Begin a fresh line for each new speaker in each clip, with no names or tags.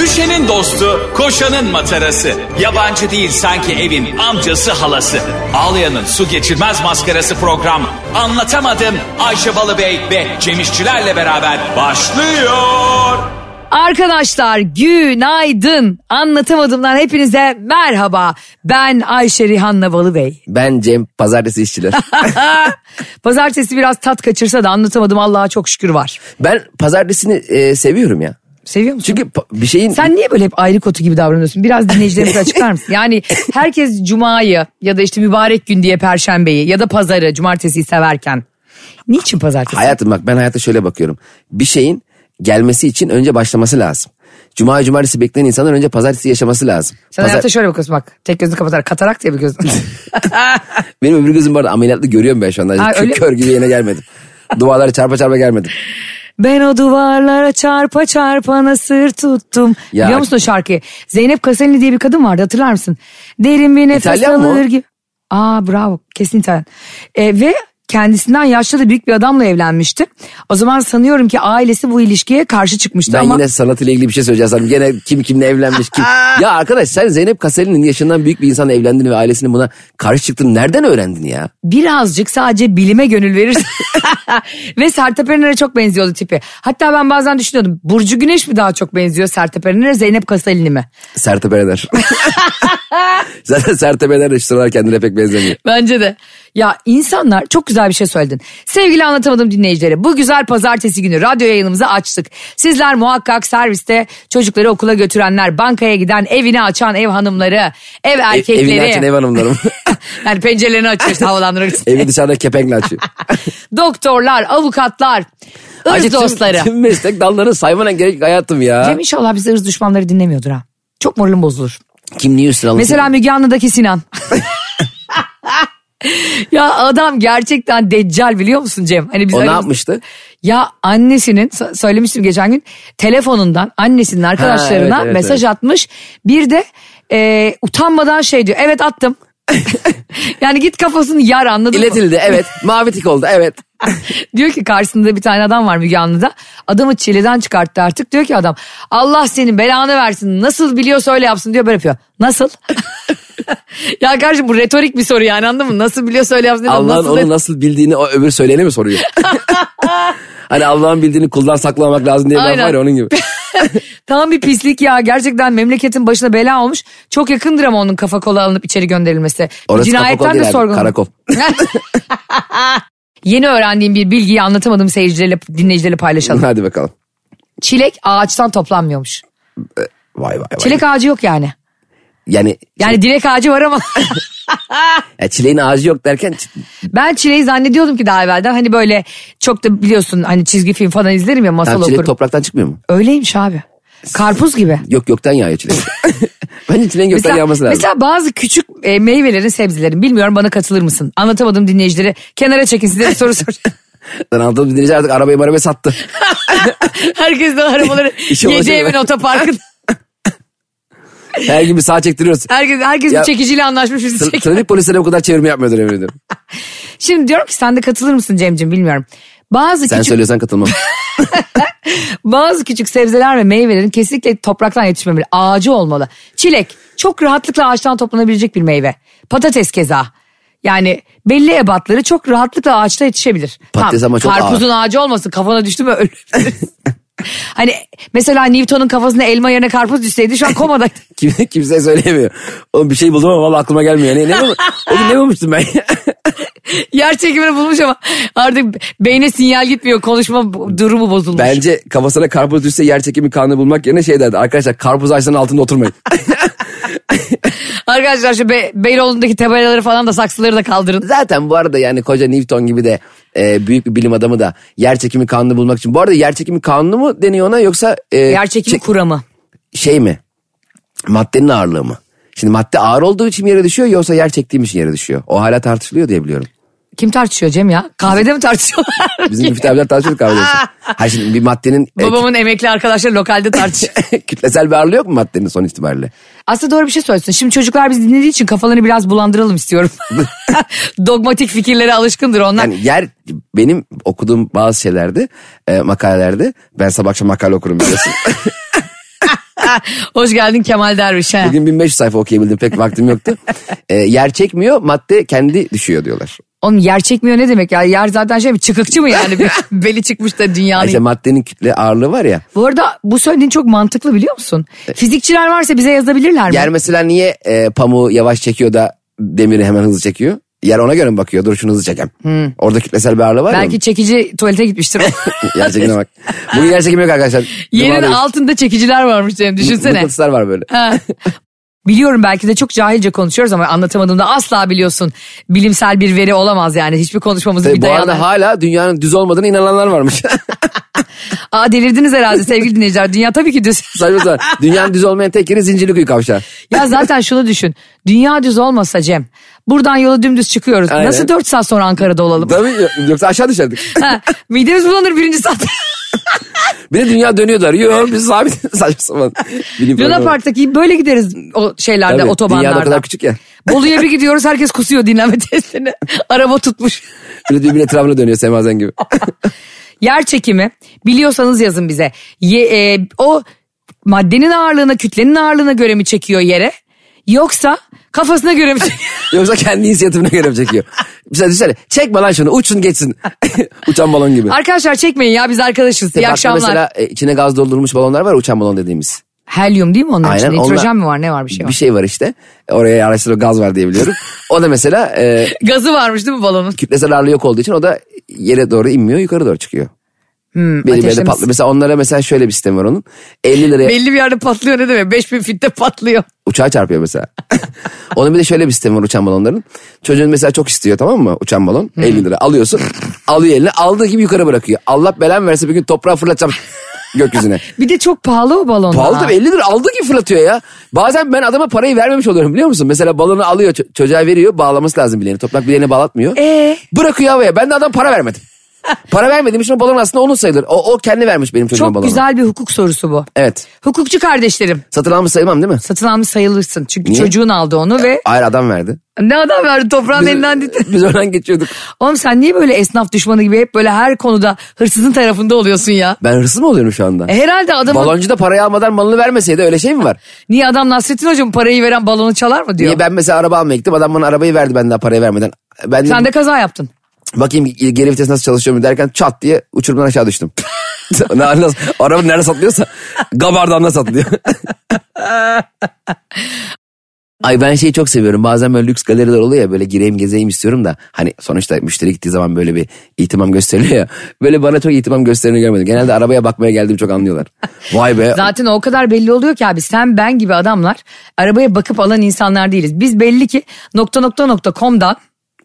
Ayşe'nin dostu, koşanın matarası. Yabancı değil sanki evin amcası halası. Ağlayan'ın su geçirmez maskarası program. Anlatamadım Ayşe Balıbey ve Cemişçilerle beraber başlıyor.
Arkadaşlar günaydın. Anlatamadımlar hepinize merhaba. Ben Ayşe Rihanna Balıbey.
Ben Cem Pazartesi işçiler.
Pazartesi biraz tat kaçırsa da anlatamadım Allah'a çok şükür var.
ben pazartesini e, seviyorum ya.
Seviyor musun?
Çünkü pa- bir şeyin
Sen niye böyle hep ayrı kotu gibi davranıyorsun? Biraz dinleyicilerimize açıklar mısın? Yani herkes cumayı ya da işte mübarek gün diye perşembeyi ya da pazarı cumartesiyi severken. Niçin pazartesi?
hayatım bak ben hayata şöyle bakıyorum. Bir şeyin gelmesi için önce başlaması lazım. Cuma cumartesi bekleyen insanlar önce pazartesi yaşaması lazım.
Sen
Pazar-
hayata şöyle bakıyorsun bak. Tek gözünü kapatarak katarak diye bir gözün.
Benim öbür gözüm bu arada ameliyatlı görüyorum ben şu anda.
Ha,
Kö-
öyle mi?
Kör gibi yine gelmedim. Duvarları çarpa çarpa gelmedim.
Ben o duvarlara çarpa çarpana sır tuttum.
Ya-
Biliyor musun o şarkıyı? Zeynep Kasenli diye bir kadın vardı hatırlar mısın? Derin bir nefes
İtalyan mı o?
alır gibi. Aa bravo kesin İtalyan. E, ve kendisinden yaşlı da büyük bir adamla evlenmişti. O zaman sanıyorum ki ailesi bu ilişkiye karşı çıkmıştı
Ben
ama...
yine sanatıyla ilgili bir şey söyleyeceğim. Sen Gene kim kimle evlenmiş kim. ya arkadaş sen Zeynep Kaseli'nin yaşından büyük bir insanla evlendin ve ailesinin buna karşı çıktığını nereden öğrendin ya?
birazcık sadece bilime gönül verirsin. Ve Sertab Erener'e çok benziyordu tipi. Hatta ben bazen düşünüyordum. Burcu Güneş mi daha çok benziyor Sertab Erener'e Zeynep Kasalin'i mi?
Sertab Erener. Zaten Sertab Erener de şu sıralar kendine pek benzemiyor. E,
Bence de. Ya insanlar çok güzel bir şey söyledin. Sevgili anlatamadım dinleyicilere. Bu güzel pazartesi günü radyo yayınımızı açtık. Sizler muhakkak serviste çocukları okula götürenler, bankaya giden, evini açan ev hanımları, ev
Ev-
erkekleri.
Evini açan ev hanımlarım.
yani pencerelerini açıyor işte havalandırmak için.
Evi dışarıda kepenkle açıyor.
Doktorlar, avukatlar, ırz
Ayrıca tüm-
dostları.
Tüm, meslek dallarını saymana gerek yok hayatım ya.
Cem inşallah bizi ırz düşmanları dinlemiyordur ha. Çok moralim bozulur.
Kim niye üstüne alındı?
Mesela Müge Anlı'daki Sinan. ya adam gerçekten deccal biliyor musun Cem? Hani biz
o ne
aramızda-
yapmıştı?
Ya annesinin so- söylemiştim geçen gün telefonundan annesinin arkadaşlarına
evet, evet,
mesaj
evet.
atmış. Bir de e, utanmadan şey diyor evet attım. yani git kafasını yar anladın mı?
İletildi evet. Mavi tik oldu evet.
Diyor ki karşısında bir tane adam var Müge Anlı'da. Adamı çileden çıkarttı artık. Diyor ki adam Allah senin belanı versin. Nasıl biliyorsa öyle yapsın diyor böyle yapıyor. Nasıl? ya kardeşim bu retorik bir soru yani anladın mı? Nasıl biliyorsa öyle yapsın. diyor.
Allah'ın
nasıl
onu nasıl bildiğini o öbür söyleyene mi soruyor? hani Allah'ın bildiğini kuldan saklamak lazım diye bir laf
Aynen.
var ya onun gibi.
Tam bir pislik ya. Gerçekten memleketin başına bela olmuş. Çok yakındır ama onun kafa kola alınıp içeri gönderilmesi.
Orası
Cinayetten
kafa
de
kol değil abi,
sorgulanıyor.
karakol.
Yeni öğrendiğim bir bilgiyi anlatamadım seyircilerle, dinleyicilerle paylaşalım.
Hadi bakalım.
Çilek ağaçtan toplanmıyormuş.
Vay vay vay.
Çilek ağacı yok yani.
Yani,
Yani dilek ağacı var ama
ya çileğin ağacı yok derken ç-
ben çileği zannediyordum ki daha evvelden. Hani böyle çok da biliyorsun hani çizgi film falan izlerim ya masal
yani çilek
okurum.
topraktan çıkmıyor mu?
Öyleymiş abi. Karpuz gibi.
Yok yoktan yağıyor çilek. Bence çileğin gökten
Mesela,
yağması lazım.
mesela bazı küçük e, meyvelerin, sebzelerin bilmiyorum bana katılır mısın? Anlatamadım dinleyicileri. Kenara çekin size bir soru sor.
Ben anlatalım dinleyici artık arabayı marabayı sattı.
Herkes de arabaları
İşe
yedi
ulaşamıyor.
evin otoparkında.
Her gün bir sağa çektiriyoruz.
Herkes, herkes bir
Ya-
çekiciyle anlaşmış bizi
Tra-
çek-
trafik polisleri bu kadar çevirme yapmıyordur emin ederim.
Şimdi diyorum ki sen de katılır mısın Cem'ciğim bilmiyorum. Bazı
Sen
küçük
söylüyorsan katılmam.
bazı küçük sebzeler ve meyvelerin kesinlikle topraktan yetişmemeli. Ağacı olmalı. Çilek çok rahatlıkla ağaçtan toplanabilecek bir meyve. Patates keza. Yani belli ebatları çok rahatlıkla ağaçta yetişebilir.
Patates ama çok ağır.
Karpuzun ağacı olmasın kafana düştü mü ölebilirsin. hani mesela Newton'un kafasına elma yerine karpuz düşseydi şu an komadaydı.
Kim, kimse söyleyemiyor. Oğlum bir şey buldum ama valla aklıma gelmiyor. Yani ne, bul- o gün ne bulmuştum ben?
Yer çekimini bulmuş ama artık beyne sinyal gitmiyor konuşma durumu bozulmuş.
Bence kafasına karpuz düşse yer çekimi kanunu bulmak yerine şey derdi. Arkadaşlar karpuz ağaçlarının altında oturmayın.
Arkadaşlar şu Be- Beyoğlu'ndaki tabelaları falan da saksıları da kaldırın.
Zaten bu arada yani koca Newton gibi de e, büyük bir bilim adamı da yer çekimi kanunu bulmak için. Bu arada yer çekimi kanunu mu deniyor ona yoksa e,
Yer çekimi
çek-
kuramı.
şey mi? Maddenin ağırlığı mı? Şimdi madde ağır olduğu için mi yere düşüyor yoksa yer çektiğim için yere düşüyor. O hala tartışılıyor diye biliyorum.
Kim tartışıyor Cem ya? Kahvede mi tartışıyorlar?
Bizim müftü abiler tartışıyorduk kahvede. Ha şimdi bir maddenin e,
Babamın emekli arkadaşları lokalde tartışıyor.
kütlesel bir ağırlığı yok mu maddenin son itibariyle?
Aslında doğru bir şey söylüyorsun. Şimdi çocuklar bizi dinlediği için kafalarını biraz bulandıralım istiyorum. Dogmatik fikirlere alışkındır onlar.
Yani yer benim okuduğum bazı şeylerde e, makalelerde ben sabah akşam makale okurum biliyorsun.
Hoş geldin Kemal Derviş. ha.
Bugün 1500 sayfa okuyabildim pek vaktim yoktu. Ee, yer çekmiyor madde kendi düşüyor diyorlar.
Oğlum yer çekmiyor ne demek ya? Yer zaten şey mi çıkıkçı mı yani? Bir Beli çıkmış da dünyanın.
İşte maddenin kütle ağırlığı var ya.
Bu arada bu söylediğin çok mantıklı biliyor musun? Fizikçiler varsa bize yazabilirler mi?
E- Yer mesela niye e, pamuğu yavaş çekiyor da demiri hemen hızlı çekiyor? Yer ona göre mi bakıyor? Dur şunu hızlı çekem.
Hmm.
Orada kütlesel bir ağırlığı var
Belki çekici tuvalete gitmiştir.
ya. Yer çekimine bak. Bugün yer çekimi yok arkadaşlar.
Yerin
Cumadayız.
altında çekiciler varmış Cem düşünsene.
Mıknatıslar var böyle.
Ha. Biliyorum belki de çok cahilce konuşuyoruz ama anlatamadığımda asla biliyorsun bilimsel bir veri olamaz yani. Hiçbir konuşmamızın
Tabii
bir
bu
dayanağı.
arada hala dünyanın düz olmadığına inananlar varmış.
Aa delirdiniz herhalde sevgili dinleyiciler. Dünya tabii ki düz.
Saçma sapan. Dünyanın düz olmayan tek yeri Zincirlikuyu kavşağı.
ya zaten şunu düşün. Dünya düz olmasa Cem. Buradan yola dümdüz çıkıyoruz.
Aynen.
Nasıl 4 saat sonra Ankara'da olalım?
Tabii yoksa aşağı düşerdik.
Ha, midemiz bulanır birinci saat.
Bir de dünya dönüyorlar. Yok biz sabit saçma sapan. Bilim
Luna
programı.
Park'taki böyle gideriz o şeylerde,
Tabii, Dünya da
otobanlarda.
kadar küçük ya.
Bolu'ya bir gidiyoruz herkes kusuyor dinlenme testini. Araba tutmuş.
Böyle birbirine etrafına dönüyor Semazen gibi.
Yer çekimi biliyorsanız yazın bize. Ye- e, o maddenin ağırlığına, kütlenin ağırlığına göre mi çekiyor yere? Yoksa kafasına göre mi çekiyor?
Yoksa kendi inisiyatifine göre mi çekiyor? Mesela düşünsene çekme lan şunu uçsun geçsin. Uçan balon gibi.
Arkadaşlar çekmeyin ya biz arkadaşız. İyi
Bak
akşamlar.
Mesela e, içine gaz doldurulmuş balonlar var uçan balon dediğimiz.
Helyum değil mi onun içinde?
onlar-
Nitrojen mi var ne var bir şey var.
Bir şey var işte. Oraya araştırma gaz var diye biliyorum. o da mesela e,
Gazı varmış değil mi balonun?
kütlesel ağırlığı yok olduğu için o da yere doğru inmiyor yukarı doğru çıkıyor. Hmm, belli bir yerde
ateşlemesi.
patlıyor. Mesela onlara mesela şöyle bir sistem var onun. 50 liraya
Belli bir yerde patlıyor ne demek? 5000 fitte patlıyor.
uçağa çarpıyor mesela. onun bir de şöyle bir sistemi var uçan balonların. Çocuğun mesela çok istiyor tamam mı uçan balon
Hmm.
50 lira alıyorsun. Alıyor eline aldığı gibi yukarı bırakıyor. Allah belan verse bir gün toprağa fırlatacağım gökyüzüne.
Bir de çok pahalı o balonlar.
Pahalı tabii 50 lira aldığı gibi fırlatıyor ya. Bazen ben adama parayı vermemiş oluyorum biliyor musun? Mesela balonu alıyor ço- çocuğa veriyor bağlaması lazım bileğini. Toprak bileğine bağlatmıyor.
Ee?
Bırakıyor havaya ben de adam para vermedim. para vermediğim için o balon aslında onun sayılır. O, o kendi vermiş benim çocuğuma
Çok
balonu.
güzel bir hukuk sorusu bu.
Evet.
Hukukçu kardeşlerim
Satın almış sayılmam değil mi?
satın almış sayılırsın. Çünkü
Niye?
çocuğun aldı onu ve
Hayır adam verdi.
ne adam verdi toprağın elinden dedi.
Biz oradan geçiyorduk.
Oğlum sen niye böyle esnaf düşmanı gibi hep böyle her konuda hırsızın tarafında oluyorsun ya?
Ben hırsız mı oluyorum şu anda?
E Herhalde adam
Baloncu da parayı almadan malını vermeseydi öyle şey mi var?
niye adam Nasrettin hocam parayı veren balonu çalar mı diyor.
Niye ben mesela araba almaya gittim adam bana arabayı verdi ben daha parayı vermeden. Ben de
Sen de kaza yaptın.
bakayım geri vites nasıl çalışıyor mu derken çat diye uçurumdan aşağı düştüm. ne, nasıl, araba nerede satılıyorsa gabardan da satılıyor. Ay ben şeyi çok seviyorum. Bazen böyle lüks galeriler oluyor ya böyle gireyim gezeyim istiyorum da. Hani sonuçta müşteri gittiği zaman böyle bir itimam gösteriliyor ya. Böyle bana çok itimam gösterini görmedim. Genelde arabaya bakmaya geldiğimi çok anlıyorlar. Vay be.
Zaten o kadar belli oluyor ki abi sen ben gibi adamlar arabaya bakıp alan insanlar değiliz. Biz belli ki nokta nokta nokta com'dan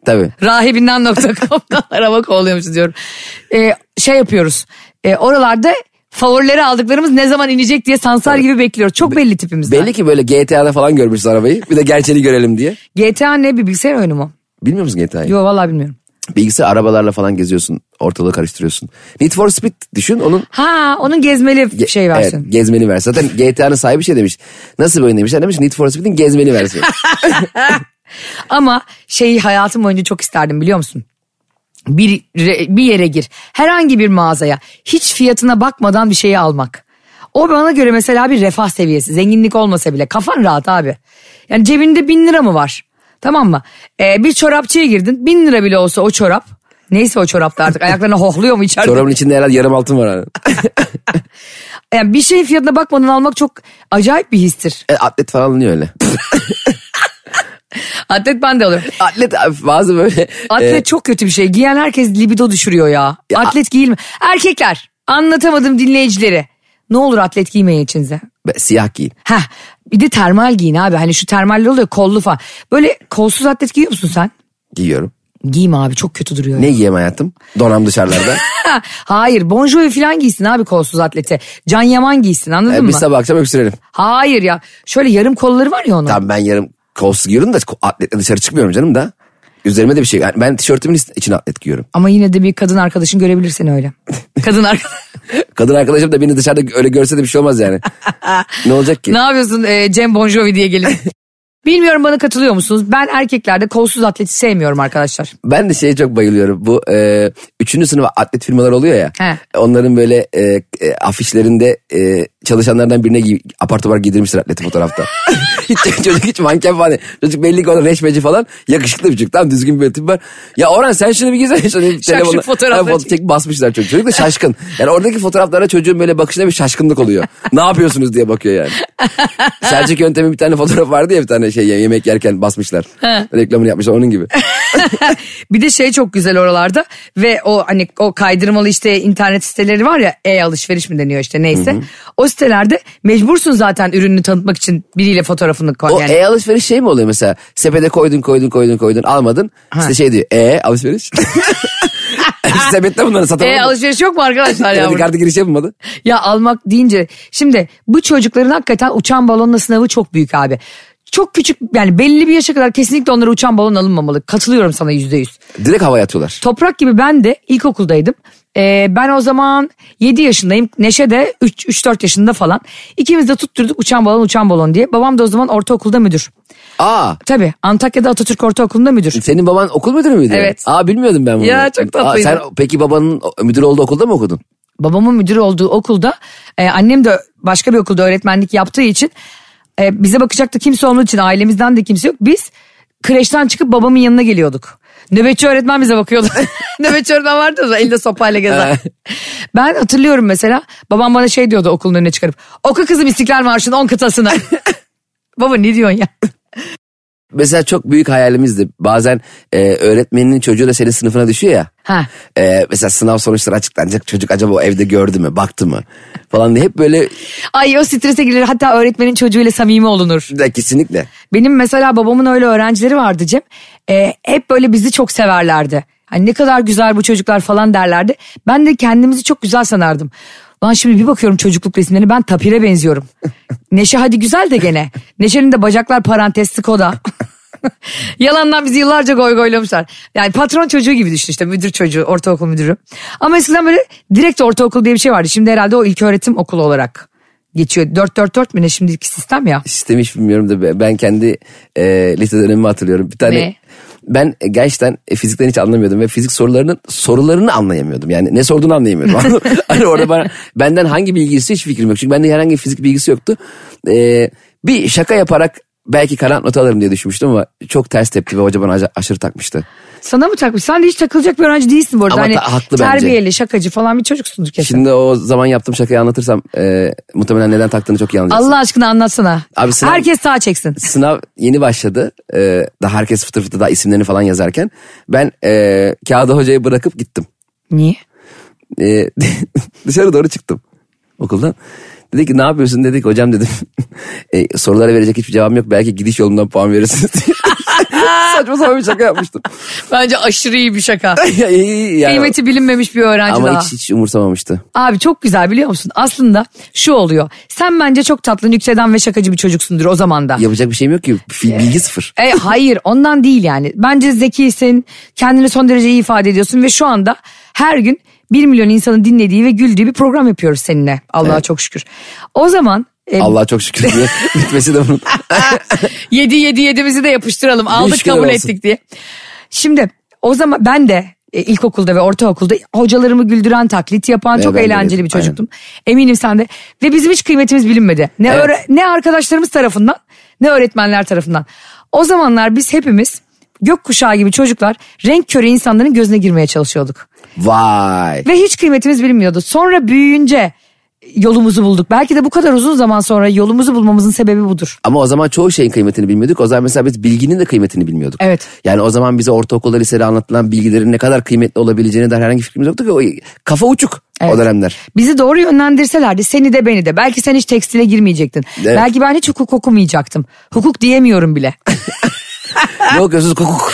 Tabii.
rahibinden nokta com'dan araba kovalıyormuşuz diyorum. Ee, şey yapıyoruz e, oralarda favorileri aldıklarımız ne zaman inecek diye sansar gibi bekliyoruz. Çok belli tipimizden.
Belli ki böyle GTA'da falan görmüşüz arabayı. Bir de gerçeğini görelim diye.
GTA ne bir bilgisayar oyunu mu?
Bilmiyor musun GTA'yı?
Yo vallahi bilmiyorum.
Bilgisayar arabalarla falan geziyorsun. Ortalığı karıştırıyorsun. Need for Speed düşün onun
Ha onun gezmeli
ge-
şey versin.
Evet, gezmeni versiyonu. Zaten GTA'nın sahibi şey demiş. Nasıl bir oyun demişler demiş. Need for Speed'in gezmeni versiyonu.
Ama şeyi hayatım boyunca çok isterdim biliyor musun? Bir, re- bir yere gir. Herhangi bir mağazaya. Hiç fiyatına bakmadan bir şeyi almak. O bana göre mesela bir refah seviyesi. Zenginlik olmasa bile. Kafan rahat abi. Yani cebinde bin lira mı var? Tamam mı? Ee, bir çorapçıya girdin. Bin lira bile olsa o çorap. Neyse o çorapta artık. Ayaklarına hohluyor mu içeride?
Çorabın içinde herhalde yarım altın var. abi.
Yani bir şeyin fiyatına bakmadan almak çok acayip bir histir.
E, atlet falan alınıyor öyle.
Atlet ben de alıyorum.
atlet abi, bazı böyle.
Atlet
e,
çok kötü bir şey. Giyen herkes libido düşürüyor ya.
Ya-
atlet giyilme. Erkekler anlatamadım dinleyicilere. Ne olur atlet giymeyin içinize.
be- siyah giyin.
Heh, bir de termal giyin abi. Hani şu termaller oluyor kollu falan. Böyle kolsuz atlet giyiyor musun sen?
Giyiyorum.
Giyme abi çok kötü duruyor.
Ne giyeyim hayatım? Donam dışarılarda.
Ha, Hayır Bon Jovi falan giysin abi kolsuz atlete. Can Yaman giysin anladın
E,
mı?
biz sabah akşam öksürelim.
Hayır ya. Şöyle yarım kolları var ya onun.
Tamam ben yarım kolsuz giyiyorum da ko- atletle dışarı çıkmıyorum canım da. Üzerime de bir şey. Yani ben tişörtümün içine atlet giyiyorum.
Ama yine de bir kadın arkadaşın görebilir seni öyle. Kadın arkadaş.
Kadın arkadaşım da beni dışarıda öyle görse de bir şey olmaz yani. ne olacak ki?
ne yapıyorsun e, Cem Bon Jovi diye gelip. Bilmiyorum bana katılıyor musunuz? Ben erkeklerde kolsuz atleti sevmiyorum arkadaşlar.
Ben de şeye çok bayılıyorum. Bu e, üçüncü sınıf atlet firmalar oluyor ya.
He.
Onların böyle e, e, afişlerinde e, çalışanlardan birine giy, apar topar giydirmişler atleti fotoğrafta. hiç, çocuk hiç manken falan. değil. Çocuk belli ki o da reşmeci falan. Yakışıklı bir çocuk. Tam düzgün bir tip var. Ya Orhan sen şunu bir gizle. Şöyle bir telefonla-
fotoğrafları
Ha, foto- çek basmışlar çocuk. Çocuk da şaşkın. Yani oradaki fotoğraflara çocuğun böyle bakışında bir şaşkınlık oluyor. ne yapıyorsunuz diye bakıyor yani. Selçuk yöntemi bir tane fotoğraf vardı ya bir tane şey yemek yerken basmışlar. Reklamını yapmışlar onun gibi.
Bir de şey çok güzel oralarda ve o hani o kaydırmalı işte internet siteleri var ya e-alışveriş mi deniyor işte neyse. O sitelerde mecbursun zaten ürününü tanıtmak için biriyle fotoğrafını koy.
O
yani.
e-alışveriş şey mi oluyor mesela? Sepete koydun koydun koydun koydun almadın. İşte şey diyor e-alışveriş. Sepette bunları
E
satamadım.
alışveriş yok mu arkadaşlar ya?
Kredi
burada?
kartı giriş yapılmadı.
ya almak deyince şimdi bu çocukların hakikaten uçan balonla sınavı çok büyük abi. Çok küçük yani belli bir yaşa kadar kesinlikle onlara uçan balon alınmamalı. Katılıyorum sana yüzde yüz.
Direkt havaya atıyorlar.
Toprak gibi ben de ilkokuldaydım. Ee, ben o zaman 7 yaşındayım. Neşe de 3-4 yaşında falan. İkimiz de tutturduk uçan balon uçan balon diye. Babam da o zaman ortaokulda müdür.
Aa
Tabii Antakya'da Atatürk Ortaokulu'nda müdür.
senin baban okul müdürü müydü?
Evet.
Aa bilmiyordum ben bunu.
Ya, çok tatlıydı.
sen peki babanın müdür olduğu okulda mı okudun?
Babamın müdür olduğu okulda e, annem de başka bir okulda öğretmenlik yaptığı için e, bize bakacaktı kimse onun için ailemizden de kimse yok. Biz kreşten çıkıp babamın yanına geliyorduk. Nöbetçi öğretmen bize bakıyordu. Nöbetçi öğretmen vardı da elinde sopayla gezen. ben hatırlıyorum mesela babam bana şey diyordu okulun önüne çıkarıp. Oku kızım İstiklal Marşı'nın 10 kıtasını. Baba ne diyorsun ya?
Mesela çok büyük hayalimizdi. Bazen e, öğretmeninin çocuğu da senin sınıfına düşüyor ya.
Ha.
E, mesela sınav sonuçları açıklanacak çocuk acaba o evde gördü mü baktı mı falan diye hep böyle
Ay o strese girilir hatta öğretmenin çocuğuyla samimi olunur.
Ya, kesinlikle.
Benim mesela babamın öyle öğrencileri vardı Cem. Ee, hep böyle bizi çok severlerdi. Hani ne kadar güzel bu çocuklar falan derlerdi. Ben de kendimizi çok güzel sanardım. Lan şimdi bir bakıyorum çocukluk resimlerine ben tapire benziyorum. Neşe hadi güzel de gene. Neşe'nin de bacaklar parantezli koda. Yalandan bizi yıllarca goy goylamışlar. Yani patron çocuğu gibi düşün işte müdür çocuğu, ortaokul müdürü. Ama eskiden böyle direkt ortaokul diye bir şey vardı. Şimdi herhalde o ilköğretim okulu olarak geçiyor. 4-4-4 mü ne şimdiki sistem ya?
sistemi hiç bilmiyorum da be- ben kendi e, lise dönemimi hatırlıyorum. Bir tane
Ne?
ben e, gerçekten fizikten hiç anlamıyordum ve fizik sorularının sorularını anlayamıyordum. Yani ne sorduğunu anlayamıyordum. hani orada bana, benden hangi bilgisi hiç fikrim yok. Çünkü bende herhangi bir fizik bilgisi yoktu. E, bir şaka yaparak belki karanlık not alırım diye düşünmüştüm ama çok ters tepti ve hoca bana aca- aşırı takmıştı.
Sana mı takmış? Sen de hiç takılacak bir öğrenci değilsin bu arada.
Ama
hani
ta- haklı bence.
terbiyeli, şakacı falan bir çocuksundur kesin.
Şimdi o zaman yaptığım şakayı anlatırsam e, muhtemelen neden taktığını çok iyi anlayacaksın.
Allah aşkına anlatsana.
Abi sen-
Herkes sağ çeksin.
sınav yeni başladı. Ee, daha herkes fıtır fıtır daha isimlerini falan yazarken. Ben ee, kağıdı hocayı bırakıp gittim.
Niye?
Ee, dışarı doğru çıktım okuldan. Dedi ki ne yapıyorsun dedik hocam dedim. "E, sorulara verecek hiçbir cevabım yok. Belki gidiş yolundan puan verirsiniz diye. Saçma sapan bir şaka yapmıştım.
Bence aşırı iyi bir şaka.
Ya, iyi, iyi yani.
Kıymeti bilinmemiş bir öğrenci daha.
Ama hiç, hiç umursamamıştı.
Abi çok güzel biliyor musun? Aslında şu oluyor. Sen bence çok tatlı, nükseden ve şakacı bir çocuksundur o zaman da.
Yapacak bir şeyim yok ki. Fi- Bilgi sıfır.
E, hayır ondan değil yani. Bence zekisin, kendini son derece iyi ifade ediyorsun ve şu anda her gün 1 milyon insanın dinlediği ve güldüğü bir program yapıyoruz seninle. Allah'a çok şükür. O zaman e,
Allah'a çok şükür diye bitmesi de bunun.
Yedi yedi yedimizi de yapıştıralım. Aldık
Teşekkürler
kabul
olsun.
ettik diye. Şimdi o zaman ben de e, ilkokulda ve ortaokulda hocalarımı güldüren taklit yapan
Ve
çok
ben de
eğlenceli
yedim,
bir çocuktum. Eminim sen de. Ve bizim hiç kıymetimiz bilinmedi. Ne
Evet.
öğre- ne arkadaşlarımız tarafından ne öğretmenler tarafından. O zamanlar biz hepimiz gökkuşağı gibi çocuklar renk körü insanların gözüne girmeye çalışıyorduk.
Vay.
Ve hiç kıymetimiz bilinmiyordu. Sonra büyüyünce yolumuzu bulduk. Belki de bu kadar uzun zaman sonra yolumuzu bulmamızın sebebi budur.
Ama o zaman çoğu şeyin kıymetini bilmiyorduk. O zaman mesela biz bilginin de kıymetini bilmiyorduk.
Evet.
Yani o zaman bize ortaokulda lisede anlatılan bilgilerin ne kadar kıymetli olabileceğine dair herhangi bir fikrimiz yoktu ki. O, kafa uçuk
Evet.
o dönemler.
Bizi doğru yönlendirselerdi seni de beni de. Belki sen hiç tekstile girmeyecektin.
Evet.
Belki ben hiç hukuk okumayacaktım. Hukuk diyemiyorum bile.
ne okuyorsunuz kukuk.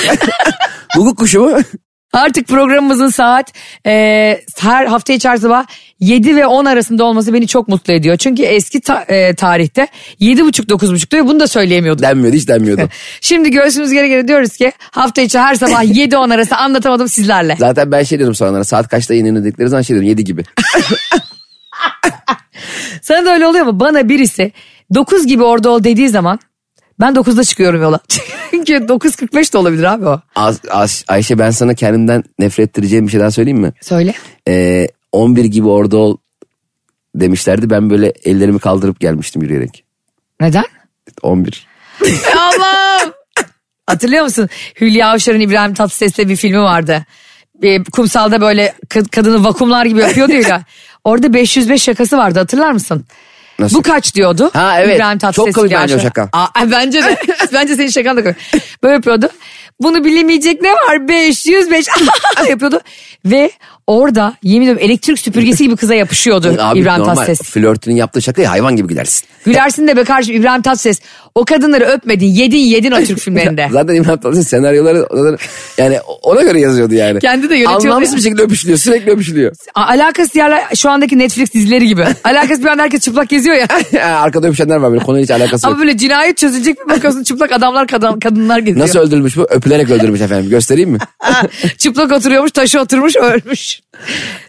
kukuk kuşu mu?
Artık programımızın saat e, her hafta içerisinde sabah 7 ve 10 arasında olması beni çok mutlu ediyor. Çünkü eski ta- e, tarihte 7.30-9.30'da ve bunu da söyleyemiyorduk.
Denmiyordu hiç denmiyordu.
Şimdi göğsümüz geri geri diyoruz ki hafta içi her sabah 7-10 arası anlatamadım sizlerle.
Zaten ben şey diyordum sonralara saat kaçta yayınlanıyor dedikleri zaman şey diyordum 7 gibi.
Sana da öyle oluyor mu? Bana birisi 9 gibi orada ol dediği zaman Ben 9'da çıkıyorum yola. Çünkü 9.45 de olabilir abi o.
Az- Az- Ayşe ben sana kendimden nefret ettireceğim bir şey daha söyleyeyim mi?
Söyle.
Ee, 11 gibi orada ol demişlerdi. Ben böyle ellerimi kaldırıp gelmiştim yürüyerek.
Neden?
11.
Allah'ım. Hatırlıyor musun? Hülya Avşar'ın İbrahim Tatlıses'le bir filmi vardı. Bir kumsalda böyle kad- kadını vakumlar gibi öpüyordu ya. Orada 505 şakası vardı hatırlar mısın?
Nasıl?
Bu kaç diyordu?
Ha, evet.
İbrahim Tatlıses
Çok komik
Hülya
bence o
Avşar.
şaka.
Aa, ay, bence de. bence senin şakan da komik. Böyle yapıyordu. Bunu bilemeyecek ne var? 505 yapıyordu. Ve orada yemin ediyorum elektrik süpürgesi gibi kıza yapışıyordu
Abi
İbrahim
normal
Tatlıses.
flörtünün yaptığı şakaya hayvan gibi gidersin.
Gülersin de be kardeşim İbrahim Tatlıses o kadınları öpmedin yedin yedin o Türk filmlerinde.
Zaten İmran Tatlıses senaryoları zaten- yani ona göre yazıyordu yani.
Kendi de yönetiyordu
Anlamsız
ya.
bir şekilde öpüşülüyor sürekli öpüşülüyor.
A- Alakası yerler şu andaki Netflix dizileri gibi. Alakası bir anda herkes çıplak geziyor ya.
Arkada öpüşenler var böyle konuyla hiç alakası yok.
Ama böyle cinayet çözülecek bir bakıyorsun çıplak adamlar kadın, kadınlar geziyor.
Nasıl öldürülmüş bu? Öpülerek öldürmüş efendim göstereyim mi?
çıplak oturuyormuş taşı oturmuş ölmüş.
Bu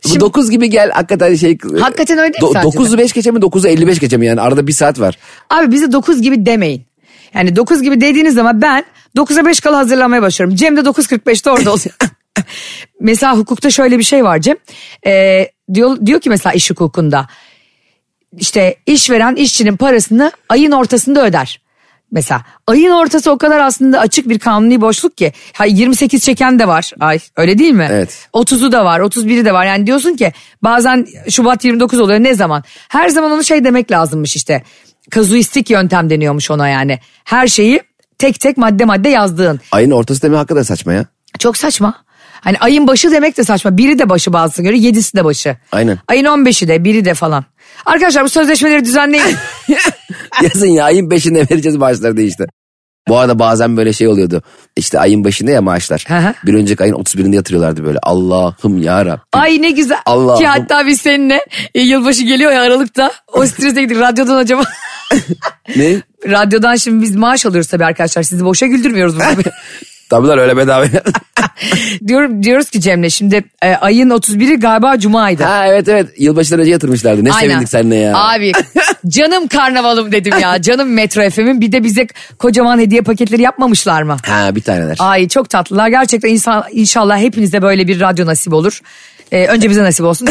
Şimdi
9 gibi gel hakikaten şey.
Hakikaten öyle değil mi sence de?
9'u 5 geçe mi 9'u 55 geçe mi yani arada bir saat var.
abi bize 9 gibi demeyin. Yani 9 gibi dediğiniz zaman ben 9'a 5 kala hazırlanmaya başlıyorum. Cem de 9.45'te orada oluyor. mesela hukukta şöyle bir şey var Cem. Ee, diyor, diyor ki mesela iş hukukunda. işte işveren işçinin parasını ayın ortasında öder. Mesela ayın ortası o kadar aslında açık bir kanuni boşluk ki. Ha 28 çeken de var ay öyle değil mi?
Evet.
30'u da var 31'i de var yani diyorsun ki bazen Şubat 29 oluyor ne zaman? Her zaman onu şey demek lazımmış işte kazuistik yöntem deniyormuş ona yani. Her şeyi tek tek madde madde yazdığın.
Ayın ortası demek hakikaten saçma ya.
Çok saçma. Hani ayın başı demek de saçma. Biri de başı bazısına göre, yedisi de başı.
Aynen.
Ayın 15'i de, biri de falan. Arkadaşlar bu sözleşmeleri düzenleyin.
Yazın ya ayın 5'inde vereceğiz maaşları diye işte. Bu arada bazen böyle şey oluyordu. İşte ayın başında ya maaşlar.
Hı hı.
bir önceki ayın 31'inde yatırıyorlardı böyle. Allah'ım ya Rabbim.
Ay ne güzel.
Allah'ım.
Ki hatta biz seninle e, yılbaşı geliyor ya Aralık'ta. O strese gittik. Radyodan acaba...
Ne?
Radyodan şimdi biz maaş alıyoruz tabii arkadaşlar. Sizi boşa güldürmüyoruz burada.
Tabii lan öyle bedava.
Diyorum, diyoruz ki Cem'le şimdi e, ayın 31'i galiba Cuma'ydı.
ha evet evet. Yılbaşından önce yatırmışlardı. Ne
Aynen.
sevindik seninle ya.
Abi canım karnavalım dedim ya. Canım Metro FM'in bir de bize kocaman hediye paketleri yapmamışlar mı?
Ha bir taneler.
Ay çok tatlılar. Gerçekten insan, inşallah hepinize böyle bir radyo nasip olur. Ee, önce bize nasip olsun.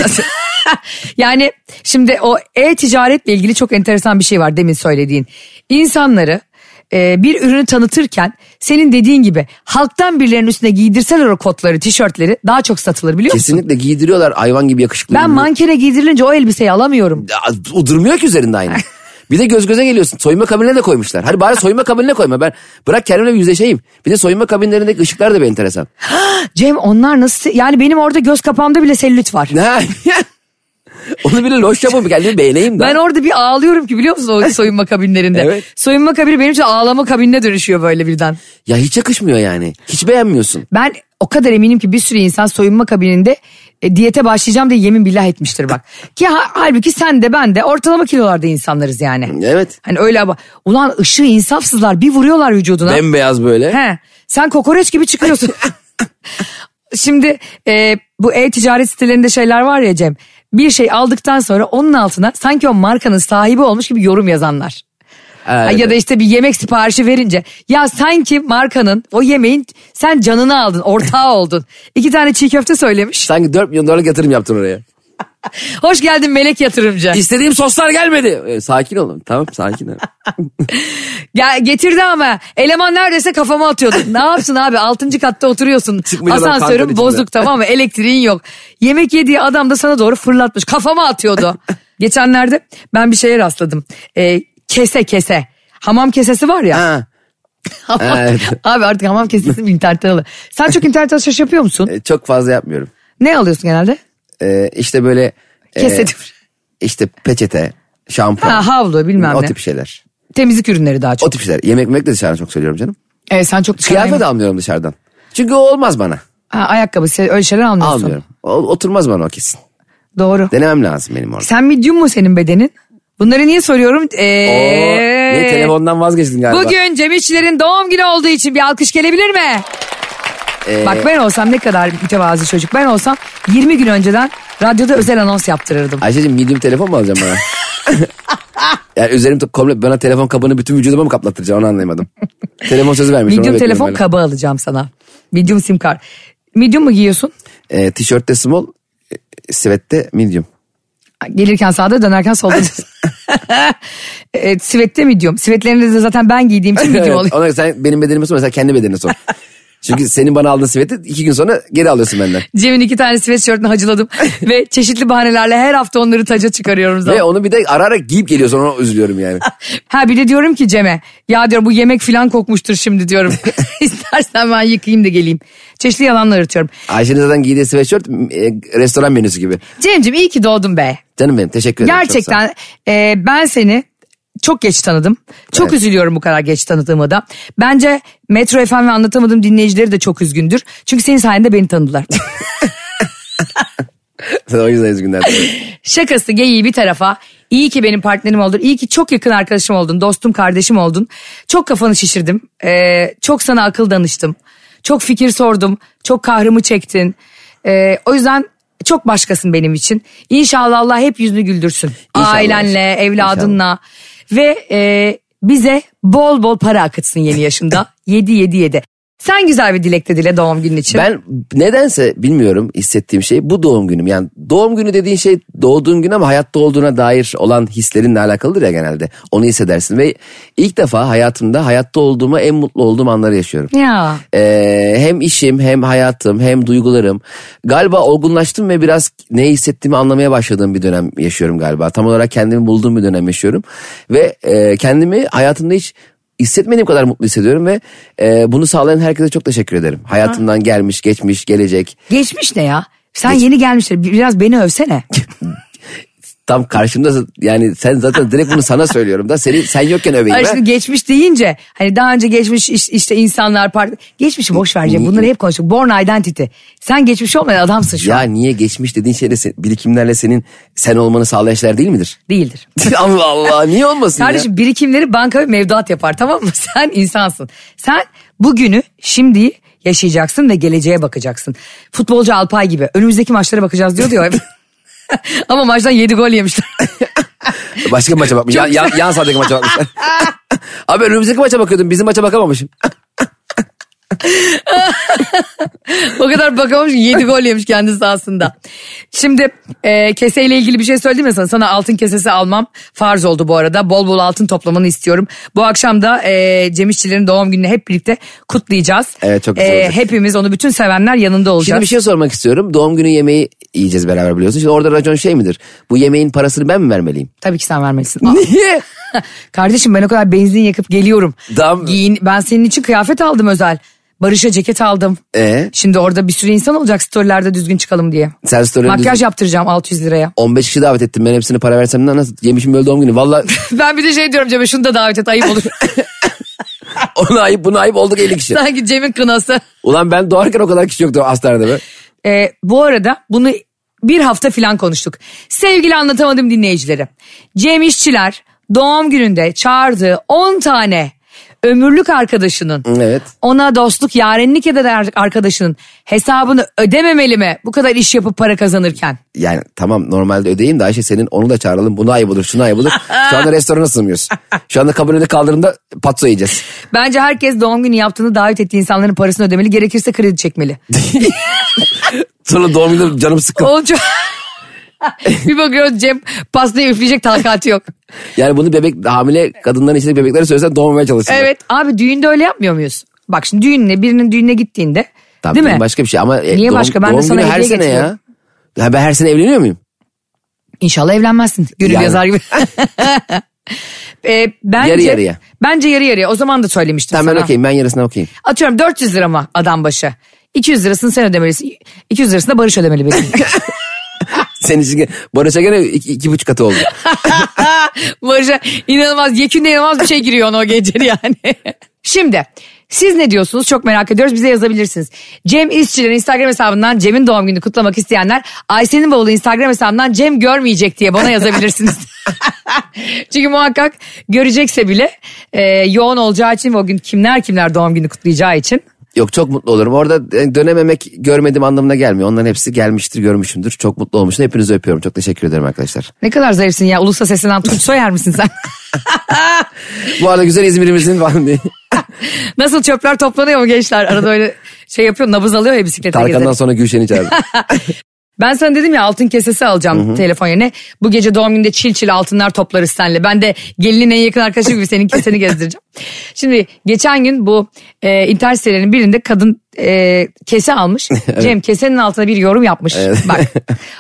yani şimdi o e-ticaretle ilgili çok enteresan bir şey var demin söylediğin. İnsanları e, bir ürünü tanıtırken senin dediğin gibi halktan birilerinin üstüne giydirseler o kotları, tişörtleri daha çok satılır biliyor musun?
Kesinlikle giydiriyorlar hayvan gibi yakışıklı.
Ben
birini.
mankene giydirilince o elbiseyi alamıyorum.
Ya, o durmuyor ki üzerinde aynı. Bir de göz göze geliyorsun. Soyunma kabinine de koymuşlar. Hadi bari soyunma kabinine koyma. Ben bırak kendimle bir yüzleşeyim. Bir de soyunma kabinlerindeki ışıklar da bir enteresan.
Cem onlar nasıl yani benim orada göz kapağımda bile sellüt var.
Ne? Onu bile loş yapıp kendimi beğeneyim de.
Ben orada bir ağlıyorum ki biliyor musun o soyunma kabinlerinde.
Evet.
Soyunma kabini benim için ağlama kabinine dönüşüyor böyle birden.
Ya hiç yakışmıyor yani. Hiç beğenmiyorsun.
Ben o kadar eminim ki bir sürü insan soyunma kabininde e, diyete başlayacağım diye yemin billah etmiştir bak. Ki ha- halbuki sen de ben de ortalama kilolarda insanlarız yani.
Evet.
Hani öyle ama ulan ışığı insafsızlar bir vuruyorlar vücuduna.
Bembeyaz böyle.
He, sen kokoreç gibi çıkıyorsun. Şimdi e, bu e-ticaret sitelerinde şeyler var ya Cem. Bir şey aldıktan sonra onun altına sanki o markanın sahibi olmuş gibi yorum yazanlar.
Ha,
Ya
evet.
da işte bir yemek siparişi verince ya sanki markanın o yemeğin sen canını aldın ortağı oldun. İki tane çiğ köfte söylemiş.
Sanki 4 milyon dolarlık yatırım yaptın oraya.
Hoş geldin melek yatırımcı.
İstediğim soslar gelmedi. Ee, sakin olun. Tamam sakin ol.
Ya getirdi ama eleman neredeyse kafama atıyordu. ne yapsın abi altıncı katta oturuyorsun.
Çıkmayacaksın kankanın
Asansörün
içinde.
bozuk tamam mı elektriğin yok. Yemek yediği adam da sana doğru fırlatmış kafama atıyordu. Geçenlerde ben bir şeye rastladım. Ee, kese kese. Hamam kesesi var ya.
ha,
Hamam-
evet.
Abi artık hamam kesesi mi internetten alıyor? Sen çok internet alışveriş yapıyor musun?
e, çok fazla yapmıyorum.
Ne alıyorsun genelde?
Ee, işte böyle. e,
Kesedim.
işte peçete, şampuan.
Ha, havlu bilmem
o
ne.
tip şeyler.
Temizlik ürünleri daha
O
çok.
tip şeyler. Yemek yemek de dışarıdan çok söylüyorum canım.
Evet sen çok dışarı-
Kıyafet almıyorum dışarıdan. Çünkü o olmaz bana.
Ha, ayakkabı se- öyle şeyler almıyorsun.
Almıyorum. O- oturmaz bana o kesin.
Doğru.
Denemem lazım benim orada.
Sen medium mu senin bedenin? Bunları niye soruyorum? Ee,
Oo, niye telefondan vazgeçtin galiba?
Bugün Cem İşçilerin doğum günü olduğu için bir alkış gelebilir mi?
Ee,
Bak ben olsam ne kadar mütevazi çocuk. Ben olsam 20 gün önceden radyoda özel anons yaptırırdım.
Ayşe'cim medium telefon mu alacağım bana? Yani üzerim to- komple bana telefon kabını bütün vücuduma mı kaplattıracak onu anlayamadım. telefon sözü vermiş.
Medium telefon kabı alacağım sana. Medium sim kart. Medium mu giyiyorsun?
E, tişörtte small, e, sivette medium.
Gelirken sağda dönerken solda. evet, sivette medium. Sivetlerini de zaten ben giydiğim için medium
Evet,
oluyor.
ona sen benim bedenime sor mesela kendi bedenine sor. Çünkü senin bana aldığın siveti iki gün sonra geri alıyorsun benden.
Cem'in iki tane sweatshirtini hacıladım. ve çeşitli bahanelerle her hafta onları taca çıkarıyorum zaten.
Ve onu bir de ara ara giyip geliyorsun ona üzülüyorum yani.
Ha bir de diyorum ki Cem'e ya diyor bu yemek filan kokmuştur şimdi diyorum. İstersen ben yıkayayım da geleyim. Çeşitli yalanlar örtüyorum.
Ayşe'nin zaten giydiği sweatshirt e, restoran menüsü gibi.
Cem'cim iyi ki doğdun be.
Canım benim teşekkür ederim. çok sağ ol.
Gerçekten e, ben seni çok geç tanıdım. Çok
Evet.
üzülüyorum bu kadar geç tanıdığıma da. Bence Metro FM ve anlatamadığım dinleyicileri de çok üzgündür. Çünkü senin sayende beni tanıdılar.
o yüzden üzgünler.
Şakası geyiği bir tarafa. İyi ki benim partnerim oldun. İyi ki çok yakın arkadaşım oldun. Dostum kardeşim oldun. Çok kafanı şişirdim. Ee, çok sana akıl danıştım. Çok fikir sordum. Çok kahrımı çektin. Ee, o yüzden çok başkasın benim için. İnşallah Allah hep yüzünü güldürsün.
İnşallah.
Ailenle, evladınla. Ve e, bize bol bol para akıtsın yeni yaşında. yedi yedi yedi. Sen güzel bir dilekte dile doğum günün için.
ben nedense bilmiyorum hissettiğim şey bu doğum günüm. Yani doğum günü dediğin şey doğduğun gün ama hayatta olduğuna dair olan hislerinle alakalıdır ya genelde. Onu hissedersin ve ilk defa hayatımda hayatta olduğuma en mutlu olduğum anları yaşıyorum.
Ya.
Ee, hem işim hem hayatım hem duygularım. Galiba olgunlaştım ve biraz ne hissettiğimi anlamaya başladığım bir dönem yaşıyorum galiba. Tam olarak kendimi bulduğum bir dönem yaşıyorum. Ve e, kendimi hayatımda hiç hissetmediğim kadar mutlu hissediyorum ve e, bunu sağlayan herkese çok teşekkür ederim. Hayatımdan gelmiş, geçmiş, gelecek.
Geçmiş ne ya? Sen yeni gelmişler. Biraz beni övsene.
Tam karşımda yani sen zaten direkt bunu sana söylüyorum da seni sen yokken öveyim.
Ay
ha?
şimdi geçmiş deyince hani daha önce geçmiş iş- işte insanlar park geçmişi boş ver Cem, bunları hep konuştuk. Born identity. Sen geçmiş olmayan adamsın şu
Ya
an.
niye geçmiş dediğin şeyle sen- birikimlerle senin sen olmanı sağlayan şeyler değil midir?
Değildir.
Allah Allah niye olmasın ya?
Kardeşim birikimleri banka ve mevduat yapar tamam mı? Sen insansın. Sen bugünü şimdiyi yaşayacaksın ve geleceğe bakacaksın. Futbolcu Alpay gibi önümüzdeki maçlara bakacağız diyor diyor. Ama maçtan 7 gol yemişler.
Başka maça bakmış. Yan, yan, yan sahadaki maça bakmışlar. Abi önümüzdeki maça bakıyordum. Bizim maça bakamamışım.
o kadar bakamamış ki 7 gol yemiş kendisi aslında. Şimdi e, keseyle ilgili bir şey söyledim ya sana. Sana altın kesesi almam farz oldu bu arada. Bol bol altın toplamanı istiyorum. Bu akşam da e, Cem İşçilerin doğum gününü hep birlikte kutlayacağız. E,
Evet, çok güzel olacak.
Hepimiz onu bütün sevenler yanında
Şimdi
olacağız.
bir şey sormak istiyorum. Doğum günü yemeği yiyeceğiz beraber biliyorsun. Şimdi orada racon şey midir? Bu yemeğin parasını ben mi vermeliyim?
Tabii ki sen vermelisin. Aa,
Niye?
Kardeşim ben o kadar benzin yakıp geliyorum.
Dam-
Giyin, ben senin için kıyafet aldım özel. Barış'a ceket aldım.
Ee?
Şimdi orada bir sürü insan olacak storylerde düzgün çıkalım diye.
Sen story'lerinde-
Makyaj yaptıracağım 600 liraya.
15 kişi davet ettim. Ben hepsini para versem ne- nasıl? Yemişim böyle doğum günü. Valla
Ben bir de şey diyorum Cem'e şunu da davet et ayıp olur.
ona ayıp buna ayıp olduk 50 kişi.
Sanki Cem'in kınası.
Ulan ben doğarken o kadar kişi yoktu hastanede be.
Ee, bu arada bunu bir hafta falan konuştuk. Sevgili anlatamadım dinleyicileri. Cem İşçiler doğum gününde çağırdığı 10 tane ömürlük arkadaşının
Evet.
ona dostluk yarenlik eden arkadaşının hesabını ödememeli mi bu kadar iş yapıp para kazanırken?
Yani tamam normalde ödeyeyim de Ayşe senin onu da çağıralım. Bunu ayıp olur, şunu ayıp olur. Şu anda restorana sığmıyorsun. Şu anda kabinede kaldırımda patso yiyeceğiz.
Bence herkes doğum günü yaptığını davet ettiği insanların parasını ödemeli gerekirse kredi çekmeli.
Sonra doğum günü canım sıkkın.
Oğlum çok- bir bakıyoruz Cem pastayı üfleyecek takati yok.
Yani bunu bebek hamile kadınların içindeki bebeklere söylesen doğmamaya çalışsınlar.
Evet abi düğünde öyle yapmıyor muyuz? Bak şimdi düğünle birinin düğüne gittiğinde
Tabii
değil
canım,
mi?
Başka bir şey ama e,
Niye
doğum,
başka? Ben de
doğum
sana
günü her
hediye
sene ya.
getiriyorum.
ya. Ben her sene evleniyor muyum?
İnşallah evlenmezsin. Gönül
Yani.
yazar gibi. Ee, bence,
Yarı yarıya.
Bence yarı yarıya. O zaman da söylemiştim
Tamam ben
sana.
okeyim ben yarısına okeyim.
Atıyorum 400 lira mı adam başı? 200 lirasını sen ödemelisin. 200 lirasını da Barış ödemeli benim.
Senin için ge- Barış'a gene iki, iki buçuk katı oldu.
Barış'a inanılmaz yekünde inanılmaz bir şey giriyor ona o geceli yani. Şimdi siz ne diyorsunuz çok merak ediyoruz bize yazabilirsiniz. Cem İşçilerin Instagram hesabından Cem'in doğum gününü kutlamak isteyenler Ayşe'nin bavulu Instagram hesabından Cem görmeyecek diye bana yazabilirsiniz. Çünkü muhakkak görecekse bile e, yoğun olacağı için ve o gün kimler kimler doğum günü kutlayacağı için
Yok çok mutlu olurum. Orada e, dönememek görmediğim anlamına gelmiyor. Onların hepsi gelmiştir, görmüşümdür. Çok mutlu olmuşum. Hepinizi öpüyorum. Çok teşekkür ederim arkadaşlar.
Ne kadar zayıfsın ya. Ulusal seslenen Tunç Soyer misin sen?
Bu arada güzel İzmir'imizin falan diye.
Nasıl çöpler toplanıyor mu gençler? Arada öyle şey yapıyor nabız alıyor ya bisiklete gezerek.
Tarkan'dan sonra Gülşen'i çağırdım.
Ben sana dedim ya altın kesesi alacağım telefon yerine. Bu gece doğum gününde çil çil altınlar toplarız senle. Ben de gelinin en yakın arkadaşı gibi senin keseni gezdireceğim. Şimdi geçen gün bu e, internet sitelerinin birinde kadın e, kese almış. Cem kesenin altına bir yorum yapmış. Bak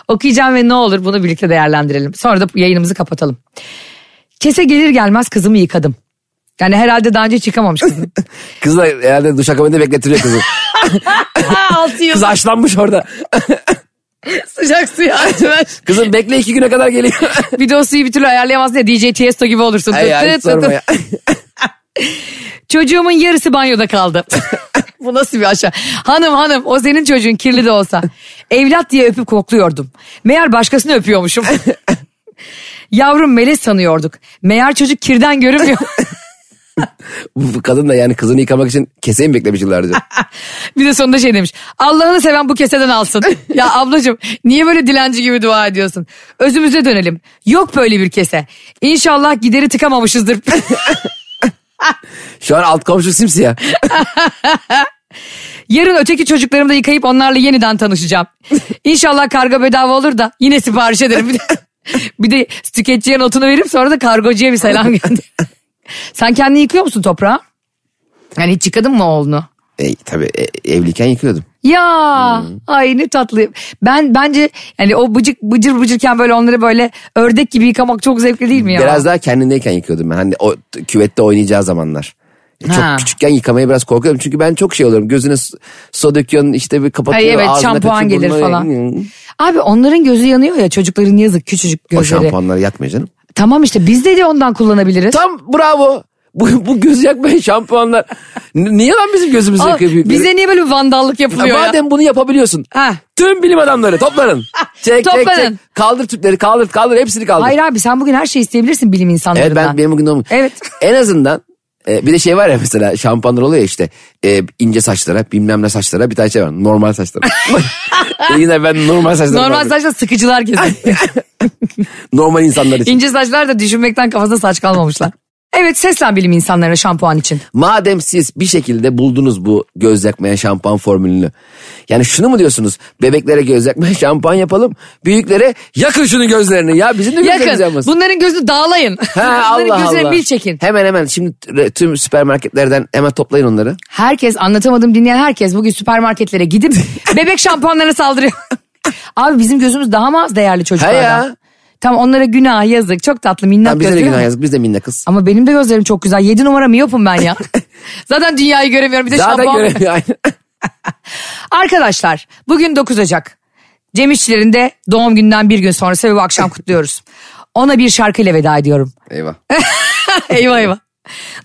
okuyacağım ve ne olur bunu birlikte değerlendirelim. Sonra da yayınımızı kapatalım. Kese gelir gelmez kızımı yıkadım. Yani herhalde daha önce hiç yıkamamış kızım.
Kız da herhalde duşakabinde bekletiliyor kızı.
Aa, altı yıl
Kız açlanmış orada.
sıcak suyu açmış.
Kızım bekle iki güne kadar geliyor.
Bir de o suyu bir türlü ayarlayamazsın ya DJ Tiesto gibi olursun.
Ay, ay,
Tut,
hiç
tut, tut,
sorma
tut.
ya.
Çocuğumun yarısı banyoda kaldı. Bu nasıl bir aşağı? Hanım hanım o senin çocuğun kirli de olsa. Evlat diye öpüp kokluyordum. Meğer başkasını öpüyormuşum. Yavrum melez sanıyorduk. Meğer çocuk kirden görünmüyor.
Bu kadın da yani kızını yıkamak için keseyi mi beklemiş yıllarca?
bir de sonunda şey demiş. Allah'ını seven bu keseden alsın. ya ablacığım niye böyle dilenci gibi dua ediyorsun? Özümüze dönelim. Yok böyle bir kese. İnşallah gideri tıkamamışızdır.
Şu an alt komşu simsiyah.
Yarın öteki çocuklarımı da yıkayıp onlarla yeniden tanışacağım. İnşallah karga bedava olur da yine sipariş ederim. Bir de, bir de tüketiciye notunu verip sonra da kargocuya bir selam gönder. Sen kendini yıkıyor musun toprağa? Yani hiç yıkadın mı oğlunu?
E, tabii e, evliyken yıkıyordum.
Ya ay ne tatlı. Ben bence yani o bıcık bıcır bıcırken böyle onları böyle ördek gibi yıkamak çok zevkli değil mi ya?
Biraz daha kendindeyken yıkıyordum ben. Hani o t- küvette oynayacağı zamanlar. E, Çok
Ha.
küçükken yıkamaya biraz korkuyordum. Çünkü ben çok şey olurum. Gözüne su, su döküyorsun işte bir kapatıyor.
Ay evet
ağzına
şampuan
kaçıyor,
gelir
burnuna-
falan. Abi onların gözü yanıyor ya çocukların yazık küçücük
O
gözleri.
şampuanları yakmıyor canım.
Tamam işte biz de de ondan kullanabiliriz.
Tam bravo. Bu, bu göz yakmayan şampuanlar. N- Niye lan bizim gözümüzü
Aa,
yakıyor büyükleri?
bize niye böyle bir vandallık
Ya
yapılıyor ya?
madem bunu yapabiliyorsun.
Ha.
Tüm bilim adamları toplanın. Çek, Çek,
Toplanın.
çek. Kaldır tüpleri kaldır kaldır hepsini kaldır.
Hayır abi sen bugün her şeyi isteyebilirsin bilim insanlarından.
Evet ben benim bugün doğum günüm.
Evet.
En azından e, bir de şey var ya mesela şampuanlar oluyor ya işte e, ince saçlara bilmem ne saçlara bir tane şey var normal saçlara. E yine ben normal saçlara
Normal
normal,
saçla sıkıcılar kesin.
normal insanlar için.
İnce saçlar da düşünmekten kafasına saç kalmamışlar. Evet seslen bilim insanlarına şampuan için.
Madem siz bir şekilde buldunuz bu göz yakmayan şampuan formülünü. Yani şunu mu diyorsunuz bebeklere göz yakmayan şampuan yapalım büyüklere yakın şunun gözlerini ya bizim de gözlerimiz
Yakın
yanmasın.
bunların gözünü dağlayın.
Ha,
bunların
Allah
gözüne
Allah.
bil çekin.
Hemen hemen şimdi t- tüm süpermarketlerden hemen toplayın onları.
Herkes anlatamadım dinleyen herkes bugün süpermarketlere gidip bebek şampuanlarına saldırıyor. Abi bizim gözümüz daha mı az değerli çocuklardan?
He ya.
Tam onlara günah yazık çok tatlı minnak
Tamam, bize de
gözleri
günah
ama-
yazık biz de minne kız.
Ama benim de gözlerim çok güzel. 7 numara miyopum ben ya. Zaten dünyayı göremiyorum bir de
Daha da
şampuan.
göremiyor. aynen.
Arkadaşlar bugün 9 Ocak. Cem İşçilerin de doğum günden bir gün sonrası ve bu akşam kutluyoruz. Ona bir şarkıyla veda ediyorum.
Eyvah.
eyvah eyvah.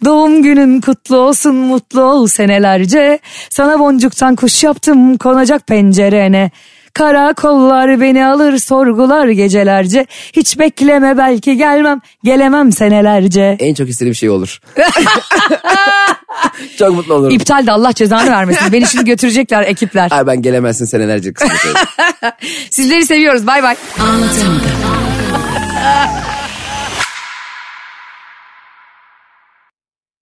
Doğum günün kutlu olsun mutlu ol senelerce. Sana boncuktan kuş yaptım konacak pencerene. Karakollar beni alır sorgular gecelerce. Hiç bekleme belki gelmem gelemem senelerce.
En çok istediğim şey olur. çok mutlu olurum.
İptal de Allah cezanı vermesin. Beni şimdi götürecekler ekipler.
Ay ben gelemezsin senelerce kısmet.
Sizleri seviyoruz. Bay bay.